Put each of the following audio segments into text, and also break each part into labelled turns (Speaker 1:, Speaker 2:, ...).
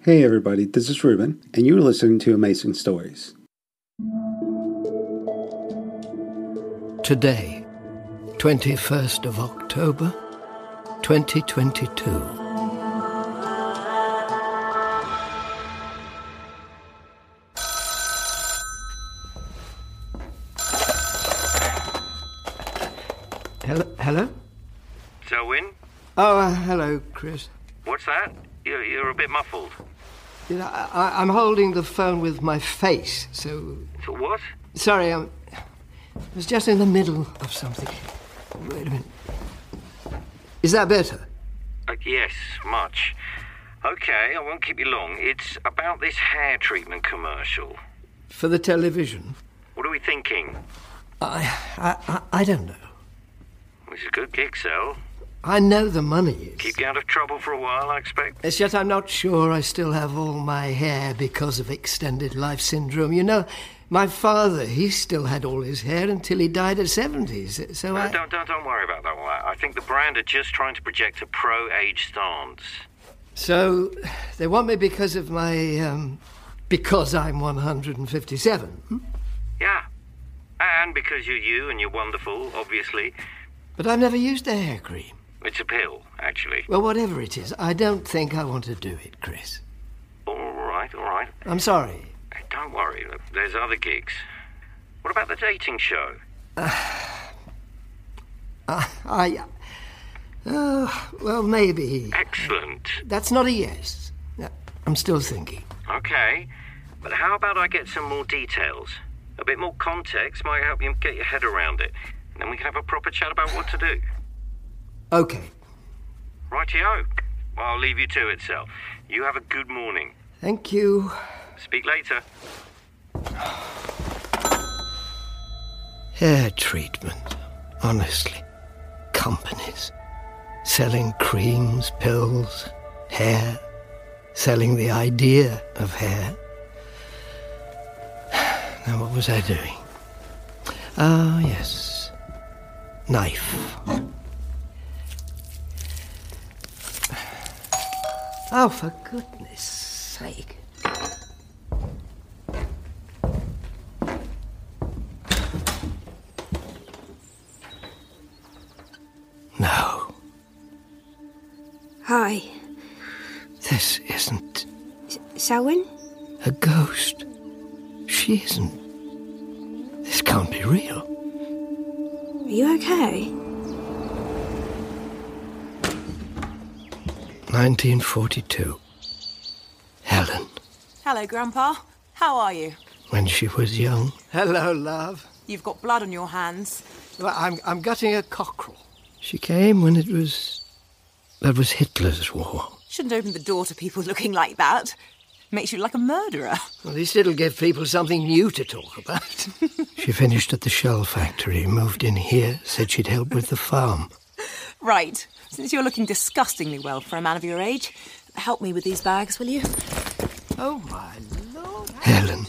Speaker 1: Hey, everybody, this is Ruben, and you're listening to Amazing Stories.
Speaker 2: Today, 21st of October, 2022. Hello? Hello?
Speaker 3: Selwyn,
Speaker 2: Oh, uh, hello, Chris.
Speaker 3: what's that? You're, you're a bit muffled.
Speaker 2: You know, I, I- I'm holding the phone with my face, so
Speaker 3: So what?
Speaker 2: Sorry, I'm, I was just in the middle of something. Wait a minute. Is that better?
Speaker 3: Uh, yes, much. Okay, I won't keep you long. It's about this hair treatment commercial.
Speaker 2: For the television?
Speaker 3: What are we thinking?
Speaker 2: I, I, I, I don't know.
Speaker 3: It's a good gig, Sel.
Speaker 2: I know the money is.
Speaker 3: Keep you out of trouble for a while, I expect.
Speaker 2: It's just I'm not sure I still have all my hair because of extended life syndrome. You know, my father, he still had all his hair until he died at 70. So, so
Speaker 3: No,
Speaker 2: I.
Speaker 3: don't, don't, don't worry about that one. I I think the brand are just trying to project a pro-age stance.
Speaker 2: So they want me because of my. Um, because I'm 157. hmm?
Speaker 3: Yeah. And because you're you and you're wonderful, obviously.
Speaker 2: But I've never used a hair cream.
Speaker 3: It's a pill, actually.
Speaker 2: Well, whatever it is, I don't think I want to do it, Chris.
Speaker 3: All right, all right.
Speaker 2: I'm sorry.
Speaker 3: Don't worry, look, there's other gigs. What about the dating show?
Speaker 2: I. Oh, well, maybe.
Speaker 3: Excellent.
Speaker 2: That's not a yes. No, I'm still thinking.
Speaker 3: Okay, but how about I get some more details? A bit more context might help you get your head around it. And then we can have a proper chat about what to do.
Speaker 2: Okay.
Speaker 3: Rightio. Well, I'll leave you to it, Sel. You have a good morning.
Speaker 2: Thank you.
Speaker 3: Speak later.
Speaker 2: Hair treatment. Honestly. Companies. Selling creams, pills, hair. Selling the idea of hair. Now, what was I doing? Ah, yes. Knife. Oh, for goodness sake. No,
Speaker 4: Hi,
Speaker 2: this isn't
Speaker 4: S- Selwyn?
Speaker 2: A ghost? She isn't. This can't be real.
Speaker 4: Are you okay?
Speaker 2: 1942. Helen,
Speaker 5: Hello, Grandpa. How are you?
Speaker 2: when she was young. Hello, love.
Speaker 5: You've got blood on your hands.
Speaker 2: Well, I'm, I'm gutting a cockerel. She came when it was. That was Hitler's war.
Speaker 5: Shouldn't open the door to people looking like that. Makes you like a murderer.
Speaker 2: At least it'll give people something new to talk about. she finished at the shell factory, moved in here, said she'd help with the farm.
Speaker 5: Right. Since you're looking disgustingly well for a man of your age, help me with these bags, will you?
Speaker 2: Oh, my lord. Helen.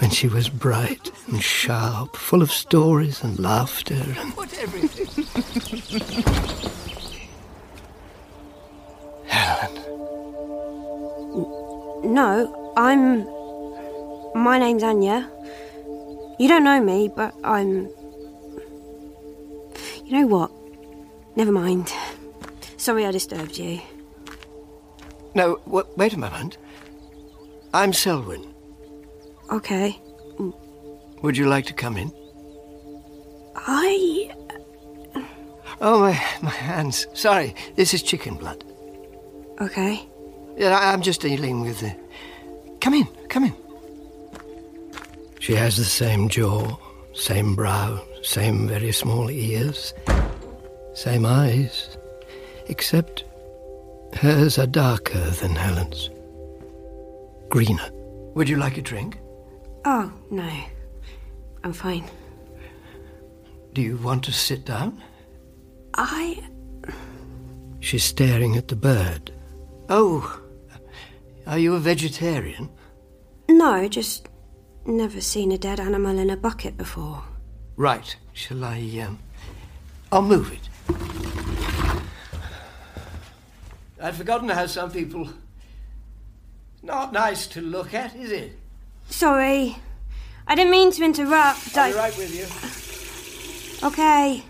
Speaker 2: when she was bright and sharp, full of stories and laughter and. What everything? Helen.
Speaker 4: No, I'm. My name's Anya. You don't know me, but I'm. You know what? Never mind. Sorry I disturbed you.
Speaker 2: No, w- wait a moment. I'm Selwyn.
Speaker 4: Okay.
Speaker 2: Would you like to come in?
Speaker 4: I.
Speaker 2: Oh, my, my hands. Sorry, this is chicken blood.
Speaker 4: Okay.
Speaker 2: Yeah, I- I'm just dealing with the. Come in, come in. She has the same jaw, same brow, same very small ears, same eyes, except hers are darker than Helen's. Greener. Would you like a drink?
Speaker 4: Oh, no. I'm fine.
Speaker 2: Do you want to sit down?
Speaker 4: I.
Speaker 2: She's staring at the bird. Oh, are you a vegetarian?
Speaker 4: No, just. Never seen a dead animal in a bucket before.
Speaker 2: Right. Shall I? Um, I'll move it. I'd forgotten how some people Not nice to look at, is it?
Speaker 4: Sorry. I didn't mean to interrupt.
Speaker 2: I'll
Speaker 4: I...
Speaker 2: be right with you.
Speaker 4: Okay.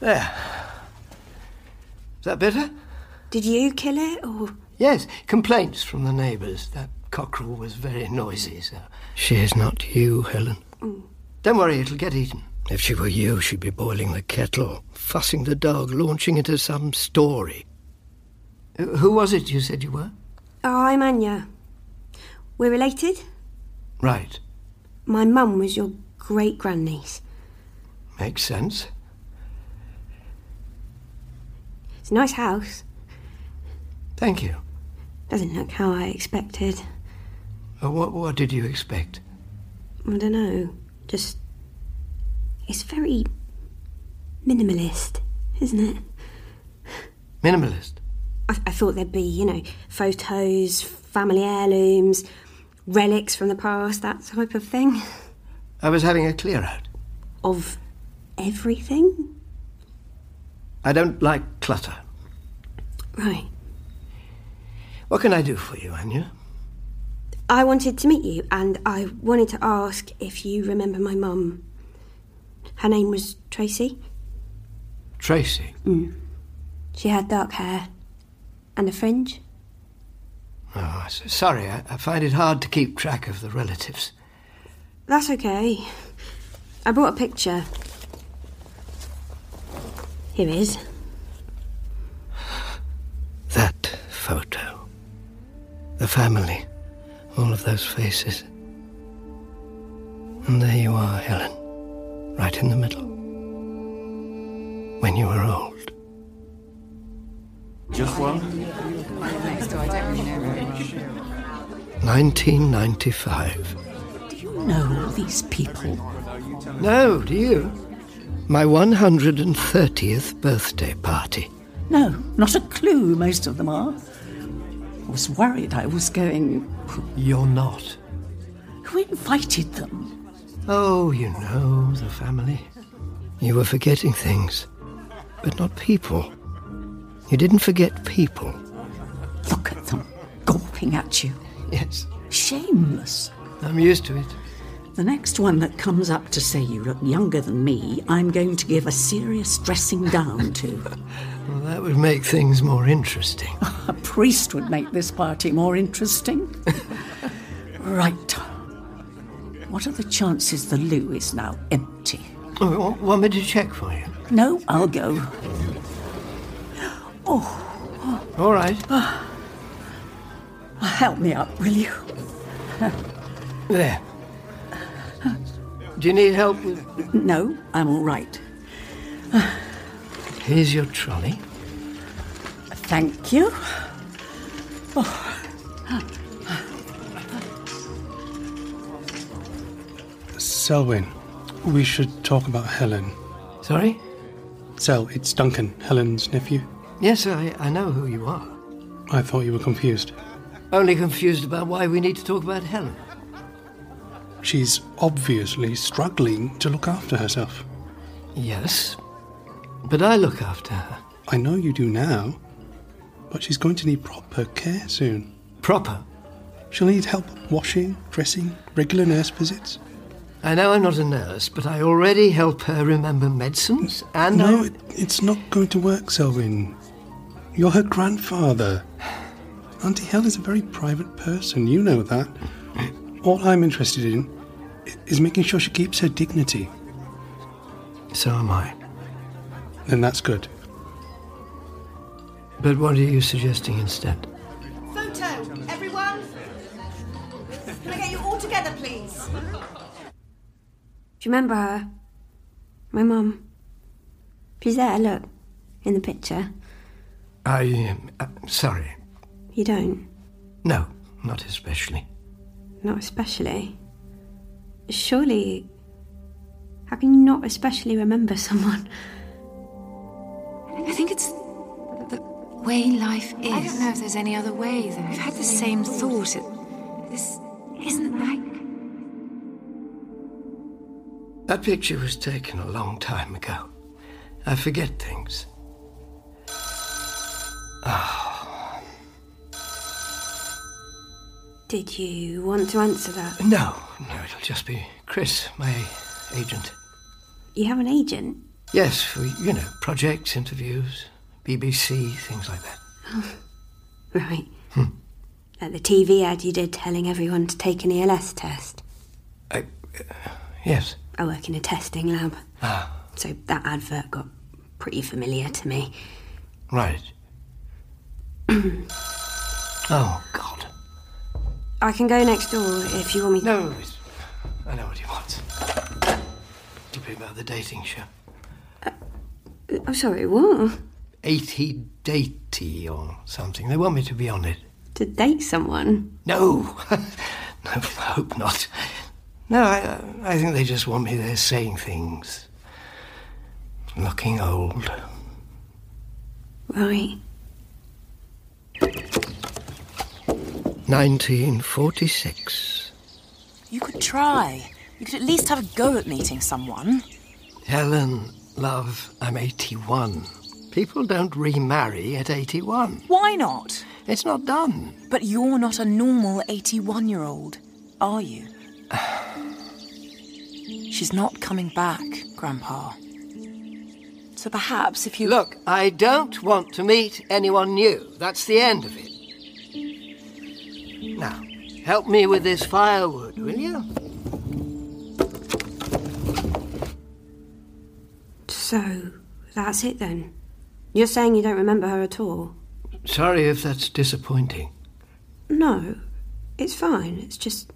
Speaker 2: There. Is that better?
Speaker 4: Did you kill it or.
Speaker 2: Yes, complaints from the neighbours. That cockerel was very noisy, so. Mm.
Speaker 6: She is not you, Helen.
Speaker 2: Don't worry, it'll get eaten.
Speaker 6: If she were you, she'd be boiling the kettle, fussing the dog, launching into some story.
Speaker 2: Uh, Who was it you said you were?
Speaker 4: Oh, I'm Anya. We're related?
Speaker 2: Right.
Speaker 4: My mum was your great grandniece.
Speaker 2: Makes sense.
Speaker 4: It's a nice house.
Speaker 2: Thank you.
Speaker 4: Doesn't look how I expected.
Speaker 2: Uh, what, what did you expect?
Speaker 4: I don't know. Just. It's very. minimalist, isn't it?
Speaker 2: Minimalist.
Speaker 4: I, I thought there'd be, you know, photos, family heirlooms, relics from the past, that type of thing.
Speaker 2: I was having a clear out.
Speaker 4: Of everything?
Speaker 2: I don't like clutter.
Speaker 4: Right.
Speaker 2: What can I do for you, Anya?
Speaker 4: I wanted to meet you and I wanted to ask if you remember my mum. Her name was Tracy.
Speaker 2: Tracy.
Speaker 4: She had dark hair and a fringe.
Speaker 2: Oh, s- sorry, I, I find it hard to keep track of the relatives.
Speaker 4: That's okay. I brought a picture. Here is.
Speaker 6: That photo. The family. All of those faces. And there you are, Helen. Right in the middle. When you were old.
Speaker 7: Just one?
Speaker 6: 1995.
Speaker 8: No,
Speaker 7: Oh,
Speaker 8: these people.
Speaker 2: No, do you?
Speaker 6: My 130th birthday party.
Speaker 7: No, not a clue, most of them are. I was worried I was going.
Speaker 2: You're not.
Speaker 7: Who invited them?
Speaker 2: Oh, you know, the family.
Speaker 6: You were forgetting things, but not people. You didn't forget people.
Speaker 7: Look at them, gawping at you.
Speaker 2: Yes,
Speaker 7: Shameless.
Speaker 2: I'm used to it.
Speaker 7: The next one that comes up to say you look younger than me, I'm going to give a serious dressing down to.
Speaker 2: Well, that would make things more interesting.
Speaker 7: a priest would make this party more interesting. right. What are the chances the loo is now empty?
Speaker 2: Oh, wa- Want me to check for you?
Speaker 7: No, I'll go.
Speaker 2: All right.
Speaker 7: Help me up, will you?
Speaker 2: There. Do you need help with.
Speaker 7: No, I'm all right.
Speaker 2: Here's your trolley.
Speaker 7: Thank you.
Speaker 9: Selwyn, we should talk about Helen.
Speaker 2: Sorry?
Speaker 9: Sel, it's Duncan, Helen's nephew.
Speaker 2: Yes, I, I know who you are.
Speaker 9: I thought you were confused.
Speaker 2: Only confused about why we need to talk about Helen.
Speaker 9: She's obviously struggling to look after herself.
Speaker 2: Yes. But I look after her.
Speaker 9: I know you do now, but she's going to need proper care soon.
Speaker 2: Proper.
Speaker 9: She'll need help washing, dressing, regular nurse visits.
Speaker 2: I know I'm not a nurse, but I already help her remember medicines, and
Speaker 9: No,
Speaker 2: I-
Speaker 9: it, it's not going to work, Selwyn. You're her grandfather. Auntie Helen is a very private person, you know that. All I'm interested in i- is making sure she keeps her dignity.
Speaker 2: so am I.
Speaker 9: Then that's good.
Speaker 2: But what are you suggesting instead?
Speaker 10: Photo, everyone. Can I get you all together, please?
Speaker 4: Do you remember her? My mum. She's there, look, in the picture.
Speaker 2: I am uh, sorry.
Speaker 4: You don't.
Speaker 2: No, not especially.
Speaker 4: Not especially. Surely. How can you not especially remember someone?
Speaker 11: I think it's the way life is. I don't know if there's any other way, though. I've had the same thought. It- This isn't right.
Speaker 2: That picture was taken a long time ago. I forget things. Ah,
Speaker 4: Did you want to answer that?
Speaker 2: no, no, it'll just be Chris, my agent.
Speaker 4: You have an agent?
Speaker 2: Yes, for, you know, projects, interviews, BBC, things like that.
Speaker 4: Right. At the TV ad you did telling everyone to take an ELS test.
Speaker 2: uh, Yes.
Speaker 4: I work in a testing lab,
Speaker 2: Ah,
Speaker 4: so that advert got pretty familiar to me.
Speaker 2: right. oh, God.
Speaker 4: I can go next door if you want me.
Speaker 2: No, I know what you want. It'll be about the dating show.
Speaker 4: I'm Oh, sorry, what?
Speaker 2: 80 Datey or something. They want me to be on it.
Speaker 4: To date someone?
Speaker 2: No. no, I hope not. No, I, I think they just want me there saying things. Looking old.
Speaker 4: Right.
Speaker 12: 1946.
Speaker 5: You could try. You could at least have a go at meeting someone.
Speaker 2: Helen, love, I'm 81. People don't remarry at 81.
Speaker 5: Why not?
Speaker 2: It's not done.
Speaker 5: But you're not a normal 81 year old, are you? She's not coming back, Grandpa. So perhaps if you.
Speaker 2: Look, I don't want to meet anyone new. That's the end of it. Now, help me with this firewood, will you?
Speaker 4: So, that's it then? You're saying you don't remember her at all?
Speaker 2: Sorry if that's disappointing.
Speaker 4: No, it's fine. It's just.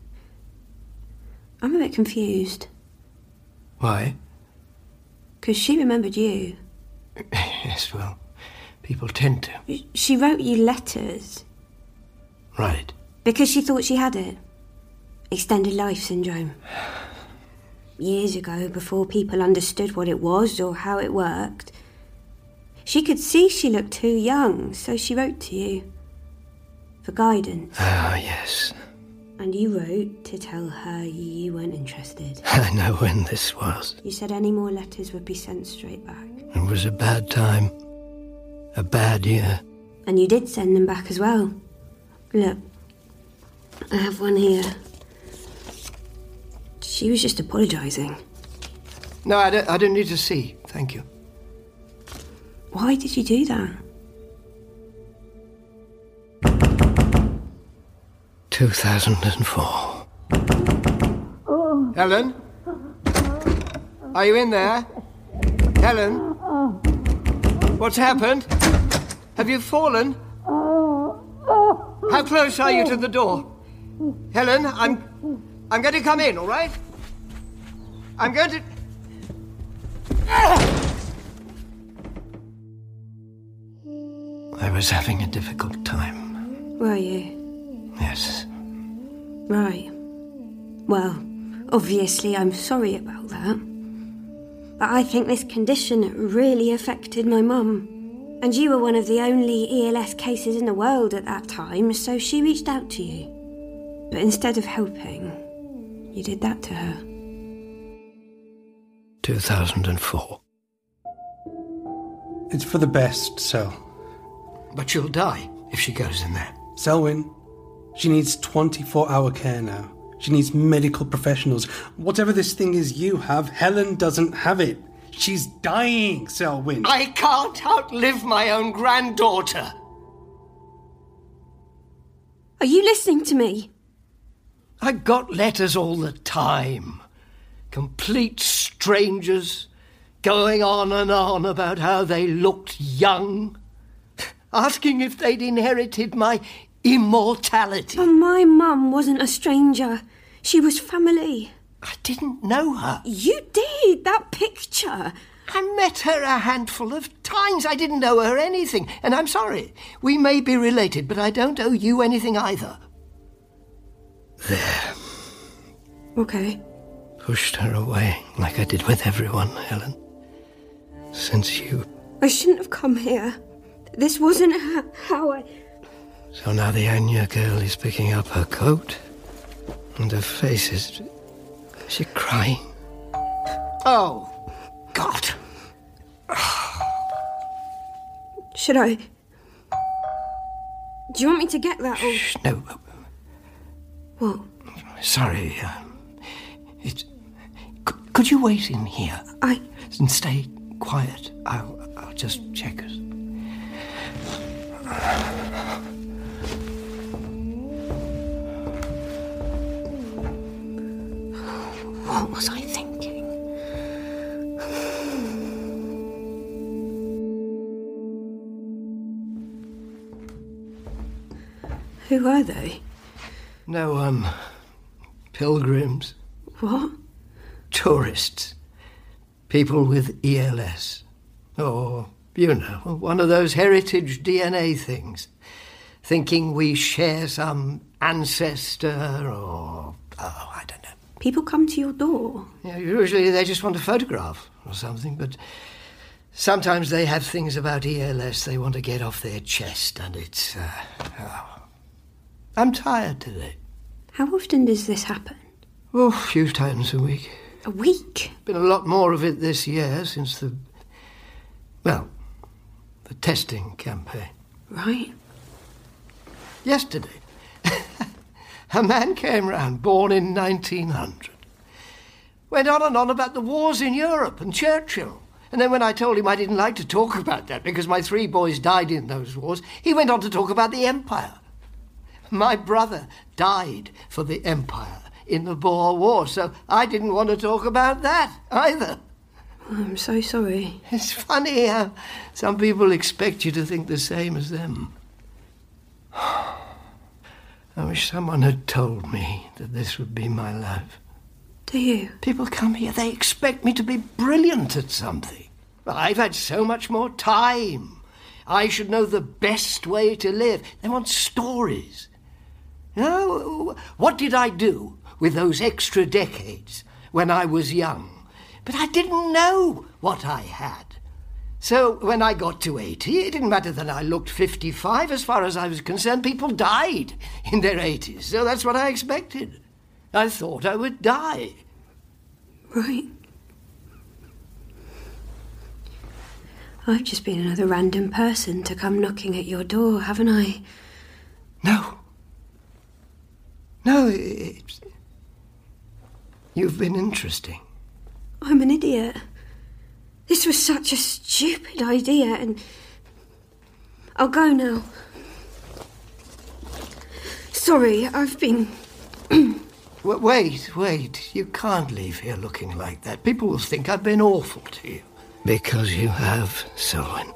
Speaker 4: I'm a bit confused.
Speaker 2: Why?
Speaker 4: Because she remembered you.
Speaker 2: yes, well, people tend to.
Speaker 4: She wrote you letters
Speaker 2: Right.
Speaker 4: because she thought she had it. Extended life syndrome. Years ago, before people understood what it was or how it worked, she could see she looked too young, so she wrote to you for guidance.
Speaker 2: Ah, yes.
Speaker 4: And you wrote to tell her you weren't interested.
Speaker 2: I know when this was.
Speaker 4: You said any more letters would be sent straight back.
Speaker 2: It was a bad time. A bad year.
Speaker 4: And you did send them back as well. Look, I have one here. She was just apologising.
Speaker 2: No, I don't, I don't need to see. Thank you.
Speaker 4: Why did you do that?
Speaker 2: 2004. Helen? Are you in there? Helen? What's happened? Have you fallen? How close are you to the door? Helen, I'm. I'm going to come in, all right? I'm going to. I was having a difficult time.
Speaker 4: Were you?
Speaker 2: Yes.
Speaker 4: Right. Well, obviously, I'm sorry about that. But I think this condition really affected my mum. And you were one of the only ELS cases in the world at that time, so she reached out to you. But instead of helping, you did that to her.
Speaker 2: 2004.
Speaker 9: It's for the best, Sel.
Speaker 2: But she'll die if she goes in there.
Speaker 9: Selwyn, she needs 24 hour care now. She needs medical professionals. Whatever this thing is you have, Helen doesn't have it. She's dying, Selwyn.
Speaker 2: I can't outlive my own granddaughter.
Speaker 4: Are you listening to me?
Speaker 2: I got letters all the time. Complete strangers going on and on about how they looked young, asking if they'd inherited my immortality.
Speaker 4: But my mum wasn't a stranger. She was family.
Speaker 2: I didn't know her.
Speaker 4: You did that picture.
Speaker 2: I met her a handful of times. I didn't know her anything, and I'm sorry. We may be related, but I don't owe you anything either. There.
Speaker 4: Okay.
Speaker 2: Pushed her away, like I did with everyone, Helen. Since you.
Speaker 4: I shouldn't have come here. This wasn't h- how I.
Speaker 2: So now the Anya girl is picking up her coat, and her face is. Is she crying? Oh, God.
Speaker 4: Should I? Do you want me to get that or.
Speaker 2: No,
Speaker 4: What?
Speaker 2: sorry. Um, it, could, could you wait in here?
Speaker 4: I.
Speaker 2: And stay quiet. I'll, I'll just check it.
Speaker 13: What was I thinking?
Speaker 4: Who are they?
Speaker 2: No, um, pilgrims,
Speaker 4: What?
Speaker 2: tourists, people with E ELS, or, Oh, you know, one of those heritage DNA things, thinking we share some ancestor or, oh, I don't know.
Speaker 4: People come to your door.
Speaker 2: Yeah, usually they just want a photograph or something, but sometimes they have things about ELS they want to get off their chest, and it's. Uh, oh. I'm tired today.
Speaker 4: How often does this happen?
Speaker 2: Oh, a few times a week.
Speaker 4: A week?
Speaker 2: Been a lot more of it this year since the. Well, the testing campaign.
Speaker 4: Right.
Speaker 2: Yesterday, a man came round, born in 1900. Went on and on about the wars in Europe and Churchill. And then when I told him I didn't like to talk about that because my three boys died in those wars, he went on to talk about the Empire. My brother died for the Empire in the Boer War, so I didn't want to talk about that either.
Speaker 4: I'm so sorry.
Speaker 2: It's funny how some people expect you to think the same as them. I wish someone had told me that this would be my life.
Speaker 4: Do you?
Speaker 2: People come here, they expect me to be brilliant at something. But I've had so much more time. I should know the best way to live. They want stories. You know, what did I do with those extra decades when I was young? But I didn't know what I had. So when I got to 80, it didn't matter that I looked 55. As far as I was concerned, people died in their 80s. So that's what I expected. I thought I would die.
Speaker 4: Right. I've just been another random person to come knocking at your door, haven't I?
Speaker 2: No. No, it's. You've been interesting.
Speaker 4: I'm an idiot. This was such a stupid idea, and. I'll go now. Sorry, I've been.
Speaker 2: W- wait, wait. You can't leave here looking like that. People will think I've been awful to you. Because you have, Selwyn.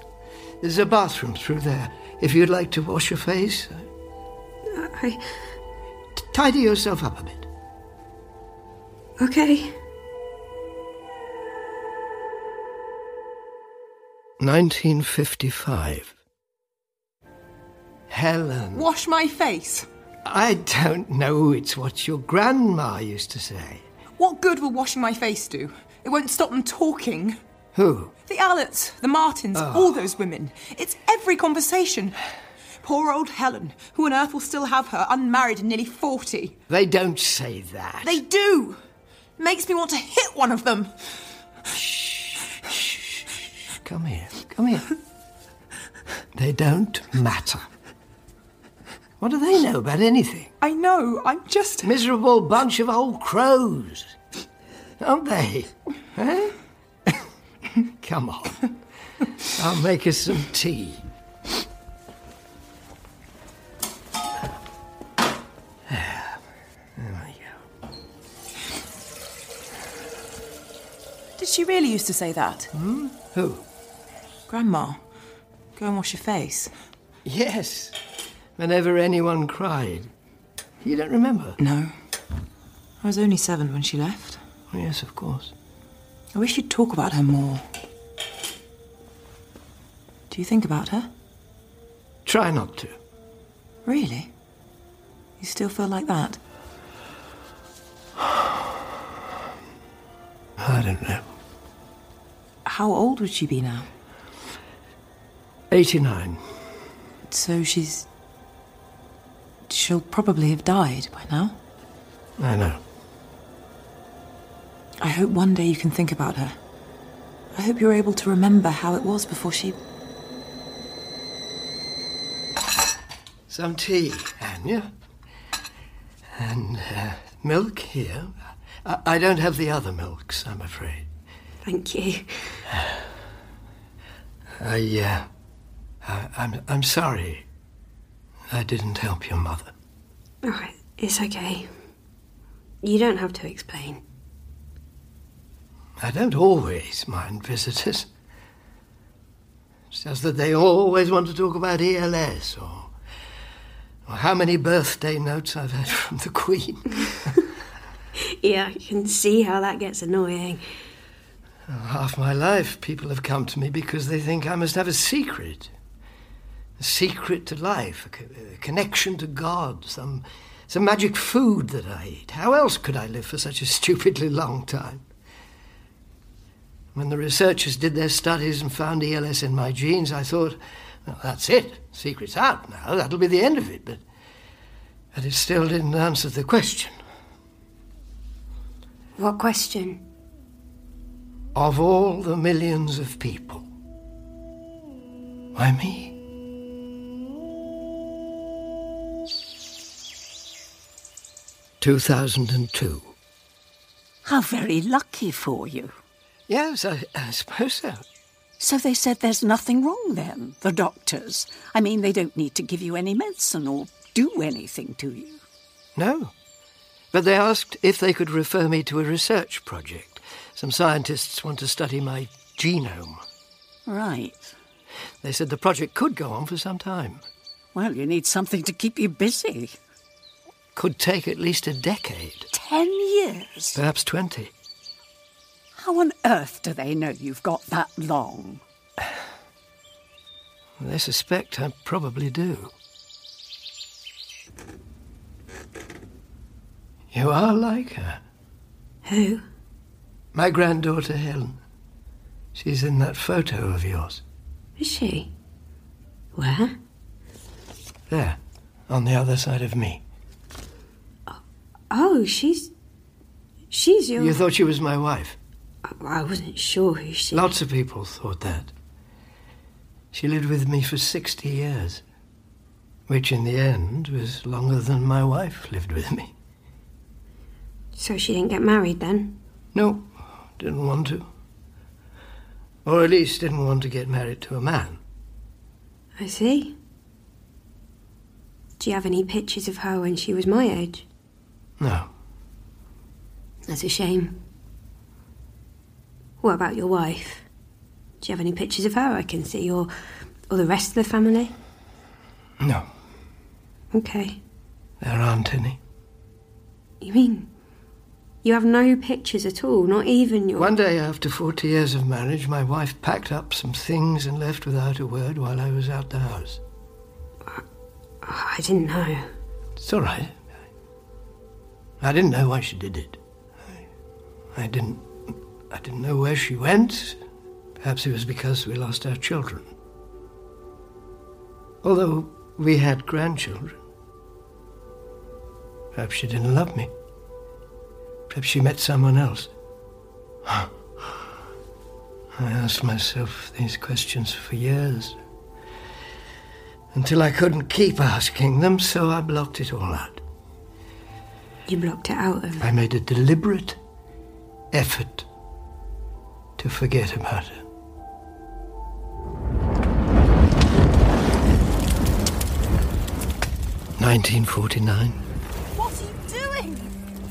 Speaker 2: There's a bathroom through there. If you'd like to wash your face, uh,
Speaker 4: I.
Speaker 2: t- tidy yourself up a bit.
Speaker 4: Okay.
Speaker 2: 1955. Helen.
Speaker 5: Wash my face.
Speaker 2: I don't know. It's what your grandma used to say.
Speaker 5: What good will washing my face do? It won't stop them talking.
Speaker 2: Who?
Speaker 5: The Allots, the Martins,
Speaker 2: Oh.
Speaker 5: all those women. It's every conversation. Poor old Helen. Who on earth will still have her, unmarried and nearly 40?
Speaker 2: They don't say that.
Speaker 5: They do! Makes me want to hit one of them.
Speaker 2: Come here. Come here. they don't matter. What do they know about anything?
Speaker 5: I know. I'm just.
Speaker 2: Miserable bunch of old crows. Aren't they? Eh? Come on. I'll make us some tea.
Speaker 5: Did she really used to say that?
Speaker 2: Hmm? Who?
Speaker 5: Grandma. Go and wash your face.
Speaker 2: Yes. Whenever anyone cried. You don't remember?
Speaker 5: No. I was only seven when she left.
Speaker 2: Yes, of course.
Speaker 5: I wish you'd talk about her more. Do you think about her?
Speaker 2: Try not to.
Speaker 5: Really? You still feel like that?
Speaker 2: I don't know.
Speaker 5: How old would she be now?
Speaker 2: 89.
Speaker 5: So she's. She'll probably have died by now.
Speaker 2: I know.
Speaker 5: I hope one day you can think about her. I hope you're able to remember how it was before she.
Speaker 2: Some tea, Anya. And uh, milk here. I, I don't have the other milks, I'm afraid.
Speaker 4: Thank you.
Speaker 2: I, uh, I, I'm, I'm sorry. I didn't help your mother.
Speaker 4: All right, it's okay. You don't have to explain.
Speaker 2: I don't always mind visitors. It's just that they always want to talk about ELS or, or how many birthday notes I've had from the Queen.
Speaker 4: Yeah, I can see how that gets annoying.
Speaker 2: Half my life, people have come to me because they think I must have a secret. A secret to life, a, co- a connection to God, some, some magic food that I eat. How else could I live for such a stupidly long time? When the researchers did their studies and found ELS in my genes, I thought, well, that's it. Secret's out now. That'll be the end of it. But, but it still didn't answer the question.
Speaker 4: What question?
Speaker 2: Of all the millions of people, why me? Two thousand and two.
Speaker 7: How very lucky for you.
Speaker 2: Yes, I, I suppose so.
Speaker 7: So they said there's nothing wrong then, the doctors. I mean, they don't need to give you any medicine or do anything to you.
Speaker 2: No. But they asked if they could refer me to a research project. Some scientists want to study my genome.
Speaker 7: Right.
Speaker 2: They said the project could go on for some time.
Speaker 7: Well, you need something to keep you busy.
Speaker 2: Could take at least a decade,
Speaker 7: Ten years?
Speaker 2: perhaps 20.
Speaker 7: How on earth do they know you've got that long?
Speaker 2: They suspect I probably do. You are like her.
Speaker 4: Who?
Speaker 2: My granddaughter Helen. She's in that photo of yours.
Speaker 4: Is she? Where?
Speaker 2: There, on the other side of me.
Speaker 4: Oh, she's. She's your.
Speaker 2: You thought she was my wife.
Speaker 4: I wasn't sure who she.
Speaker 2: Lots of people thought that. She lived with me for 60 years, which in the end was longer than my wife lived with me.
Speaker 4: So she didn't get married then?
Speaker 2: No, didn't want to. Or at least didn't want to get married to a man.
Speaker 4: I see. Do you have any pictures of her when she was my age?
Speaker 2: No.
Speaker 4: That's a shame. What about your wife? Do you have any pictures of her I can see, or, or the rest of the family?
Speaker 2: No,
Speaker 4: Okay.
Speaker 2: there aren't any.
Speaker 4: You mean you have no pictures at all, not even your.
Speaker 2: One day after 40 years of marriage, my wife packed up some things and left without a word while I was out the house.
Speaker 4: Oh, I didn't know.
Speaker 2: It's all right. I didn't know why she did it. I, I didn't. I didn't know where she went. Perhaps it was because we lost our children. Although we had grandchildren. Perhaps she didn't love me. Perhaps she met someone else. I asked myself these questions for years. Until I couldn't keep asking them, so I blocked it all out.
Speaker 4: You blocked it out of.
Speaker 2: I made a deliberate effort to forget about her. Nineteen forty nine.
Speaker 5: What are you doing?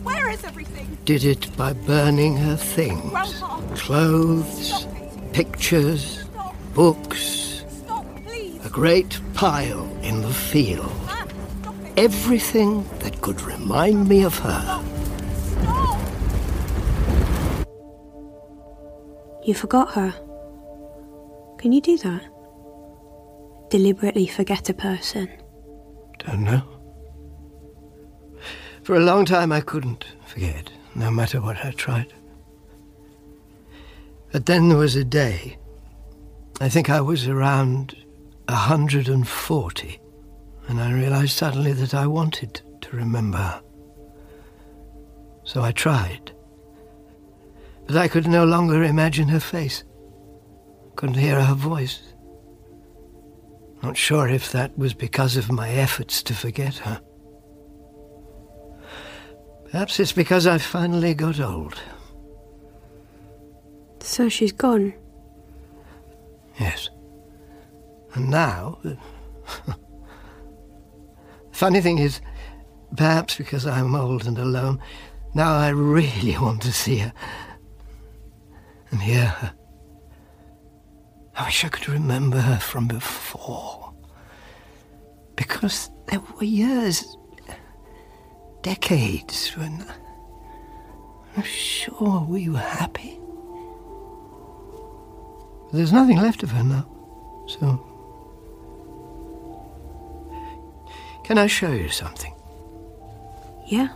Speaker 5: Where is everything?
Speaker 2: Did it by burning her things.
Speaker 5: Grandpa!
Speaker 2: Clothes, pictures, books. A great pile in the field.
Speaker 5: Ah,
Speaker 2: Everything that could remind me of her.
Speaker 4: You forgot her. Can you do that? Deliberately forget a person.
Speaker 2: Don't know. For a long time, I couldn't forget, no matter what I tried. But then there was a day. I think I was around 140, and I realized suddenly that I wanted to remember. her. So I tried. But I could no longer imagine her face, couldn't hear her voice. Not sure if that was because of my efforts to forget her. Perhaps it's because I finally got old.
Speaker 4: So she's gone.
Speaker 2: Yes. And now. Funny thing is, perhaps because I'm old and alone, now I really want to see her. And hear her. I wish I could remember her from before. Because there were years, decades, when I'm sure we were happy. There's nothing left of her now, so. Can I show you something?
Speaker 4: Yeah,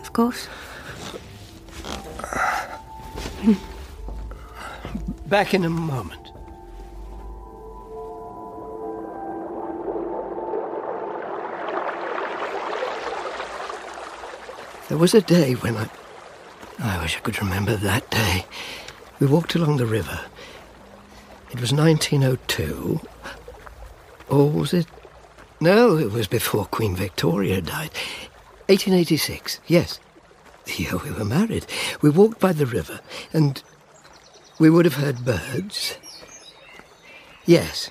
Speaker 4: of course.
Speaker 2: Back in a moment. There was a day when I. I wish I could remember that day. We walked along the river. It was 1902. Or was it? No, it was before Queen Victoria died. 1886, yes. The year we were married. We walked by the river and we would have heard birds. Yes.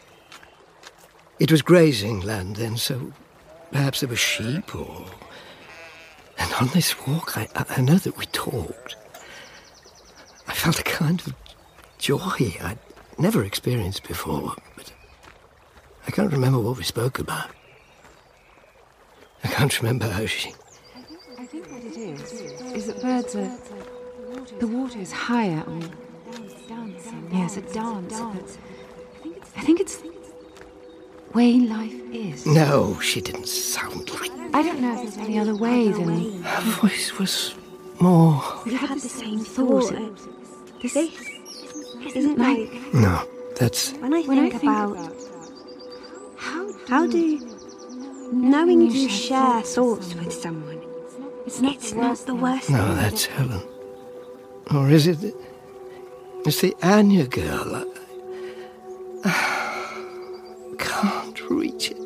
Speaker 2: It was grazing land then, so perhaps there were sheep or. And on this walk, I, I I know that we talked. I felt a kind of joy I'd never experienced before, but I can't remember what we spoke about. I can't remember how she.
Speaker 13: I think what it is is that birds are. The water is higher on. Yes, a dance. I think it's the way life is.
Speaker 2: No, she didn't sound like.
Speaker 13: I don't know if there's any other way than.
Speaker 2: Her voice was more.
Speaker 13: We had the same thought. This
Speaker 4: Isn't like
Speaker 2: No, that's.
Speaker 4: when I think, about, how do, knowing you, share thoughts with someone, it's not, the worst.
Speaker 2: No, that's Helen. Or is it? It's the Anya girl. I can't reach it.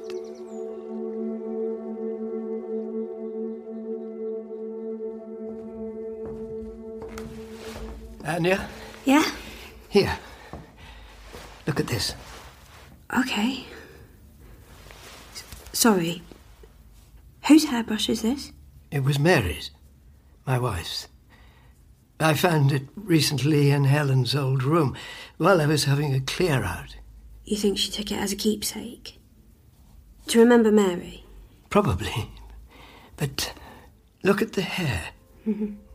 Speaker 2: Anya,
Speaker 4: Yeah.
Speaker 2: here. Look at this.
Speaker 4: Okay. S- Sorry. Whose hairbrush is this?
Speaker 2: It was Mary's, my wife's. I found it recently in Helen's old room while I was having a clear out.
Speaker 4: You think she took it as a keepsake? To remember Mary?
Speaker 2: Probably. But look at the hair.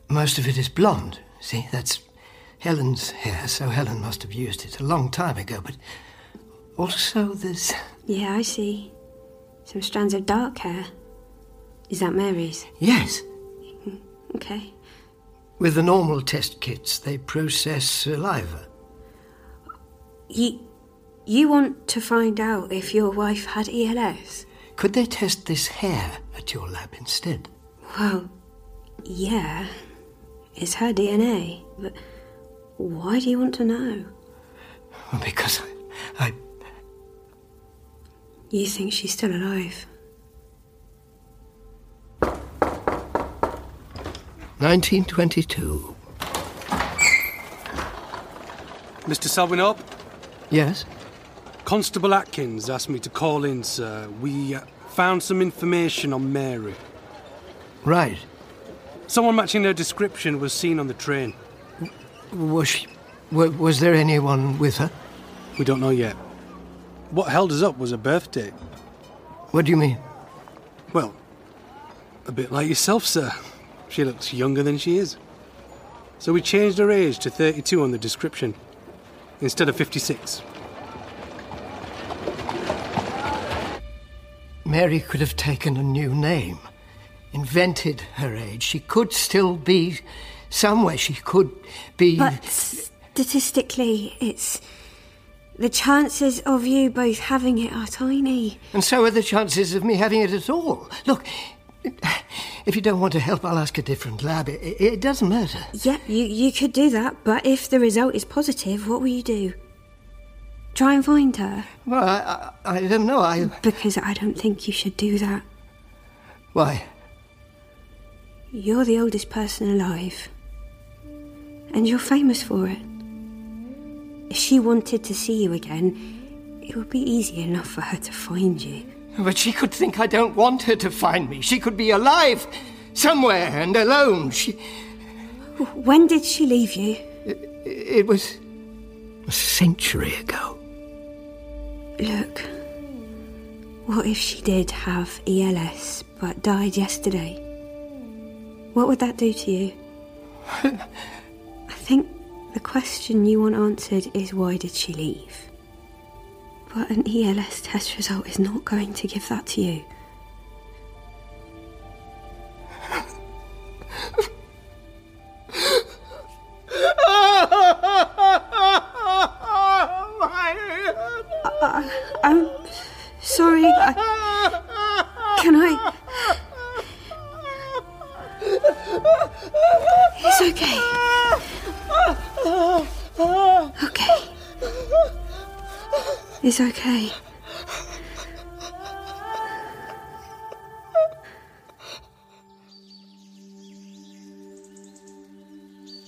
Speaker 2: Most of it is blonde. See, that's Helen's hair, so Helen must have used it a long time ago. But also there's.
Speaker 4: Yeah, I see. Some strands of dark hair. Is that Mary's?
Speaker 2: Yes,
Speaker 4: Okay.
Speaker 2: with the normal test kits, they process saliva.
Speaker 4: You, you want to find out if your wife had E ELS?
Speaker 2: Could they test this hair at your lab instead?
Speaker 4: Well, yeah. It's her DNA. But why do you want to know?
Speaker 2: Well, because I. I
Speaker 4: You think she's still alive?
Speaker 2: 1922.
Speaker 9: Mr. Selwyn up?
Speaker 2: Yes?
Speaker 9: Constable Atkins asked me to call in, sir. We uh, found some information on Mary.
Speaker 2: Right.
Speaker 9: Someone matching her description was seen on the train.
Speaker 2: Was she. wa- Was there anyone with her?
Speaker 9: We don't know yet. What held us up was her birthday.
Speaker 2: What do you mean?
Speaker 9: Well, a bit like yourself, sir. She looks younger than she is. So we changed her age to 32 on the description, instead of 56.
Speaker 2: Mary could have taken a new name, invented her age. She could still be somewhere. She could be.
Speaker 4: But statistically, it's. The chances of you both having it are tiny.
Speaker 2: And so are the chances of me having it at all. Look, if you don't want to help, I'll ask a different lab. It, it- it doesn't matter.
Speaker 4: Yeah, you, you could do that, but if the result is positive, what will you do? Try and find her.
Speaker 14: Well, I, I, I don't know. I.
Speaker 4: Because I don't think you should do that.
Speaker 14: Why?
Speaker 4: You're the oldest person alive. And you're famous for it. If she wanted to see you again, it would be easy enough for her to find you.
Speaker 14: But she could think I don't want her to find me. She could be alive somewhere and alone. She.
Speaker 4: When did she leave you?
Speaker 14: It was.
Speaker 2: A century ago.
Speaker 4: Look, what if she did have ELS but died yesterday? What would that do to you? I think the question you want answered is why did she leave? But an ELS test result is not going to give that to you.
Speaker 10: My
Speaker 4: I'm sorry. I, can I? It's okay. Okay. It's okay.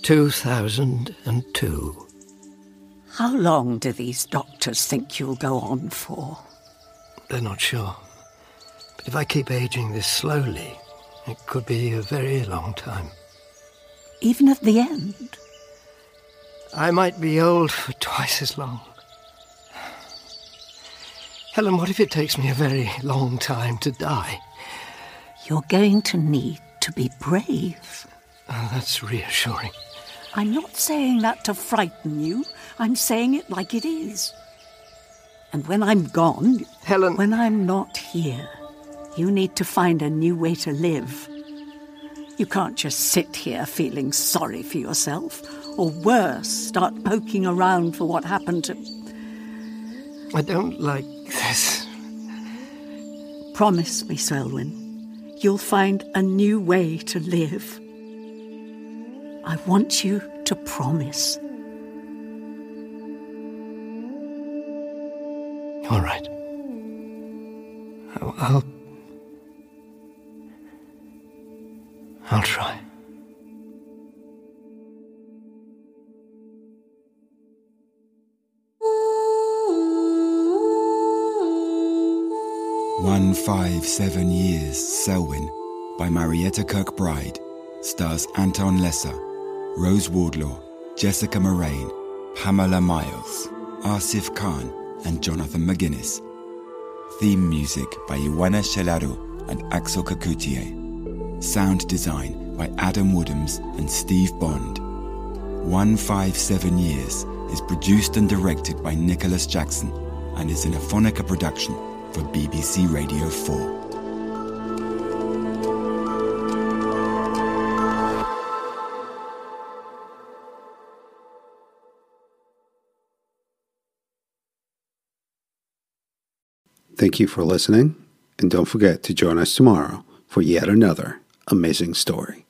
Speaker 2: Two thousand and two.
Speaker 7: How long do these doctors think you'll go on for?
Speaker 2: They're not sure. But if I keep aging this slowly, it could be a very long time.
Speaker 7: Even at the end?
Speaker 14: I might be old for twice as long. Helen, what if it takes me a very long time to die?
Speaker 7: You're going to need to be brave.
Speaker 14: Oh, that's reassuring.
Speaker 7: I'm not saying that to frighten you. I'm saying it like it is. And when I'm gone,
Speaker 14: Helen.
Speaker 7: When I'm not here, you need to find a new way to live. You can't just sit here feeling sorry for yourself, or worse, start poking around for what happened to.
Speaker 14: I don't like this.
Speaker 7: Promise me, Selwyn, you'll find a new way to live. I want you to promise.
Speaker 2: All right. I'll. I'll, I'll try.
Speaker 15: One Five Seven Years Selwyn by Marietta Kirkbride stars Anton Lesser, Rose Wardlaw, Jessica Moraine, Pamela Miles, Asif Khan, and Jonathan McGuinness. Theme music by Ioana Shelaru and Axel Kakutier. Sound design by Adam Woodhams and Steve Bond. 157 Years is produced and directed by Nicholas Jackson and is an Aphonica production for BBC Radio 4.
Speaker 1: Thank you for listening, and don't forget to join us tomorrow for yet another amazing story.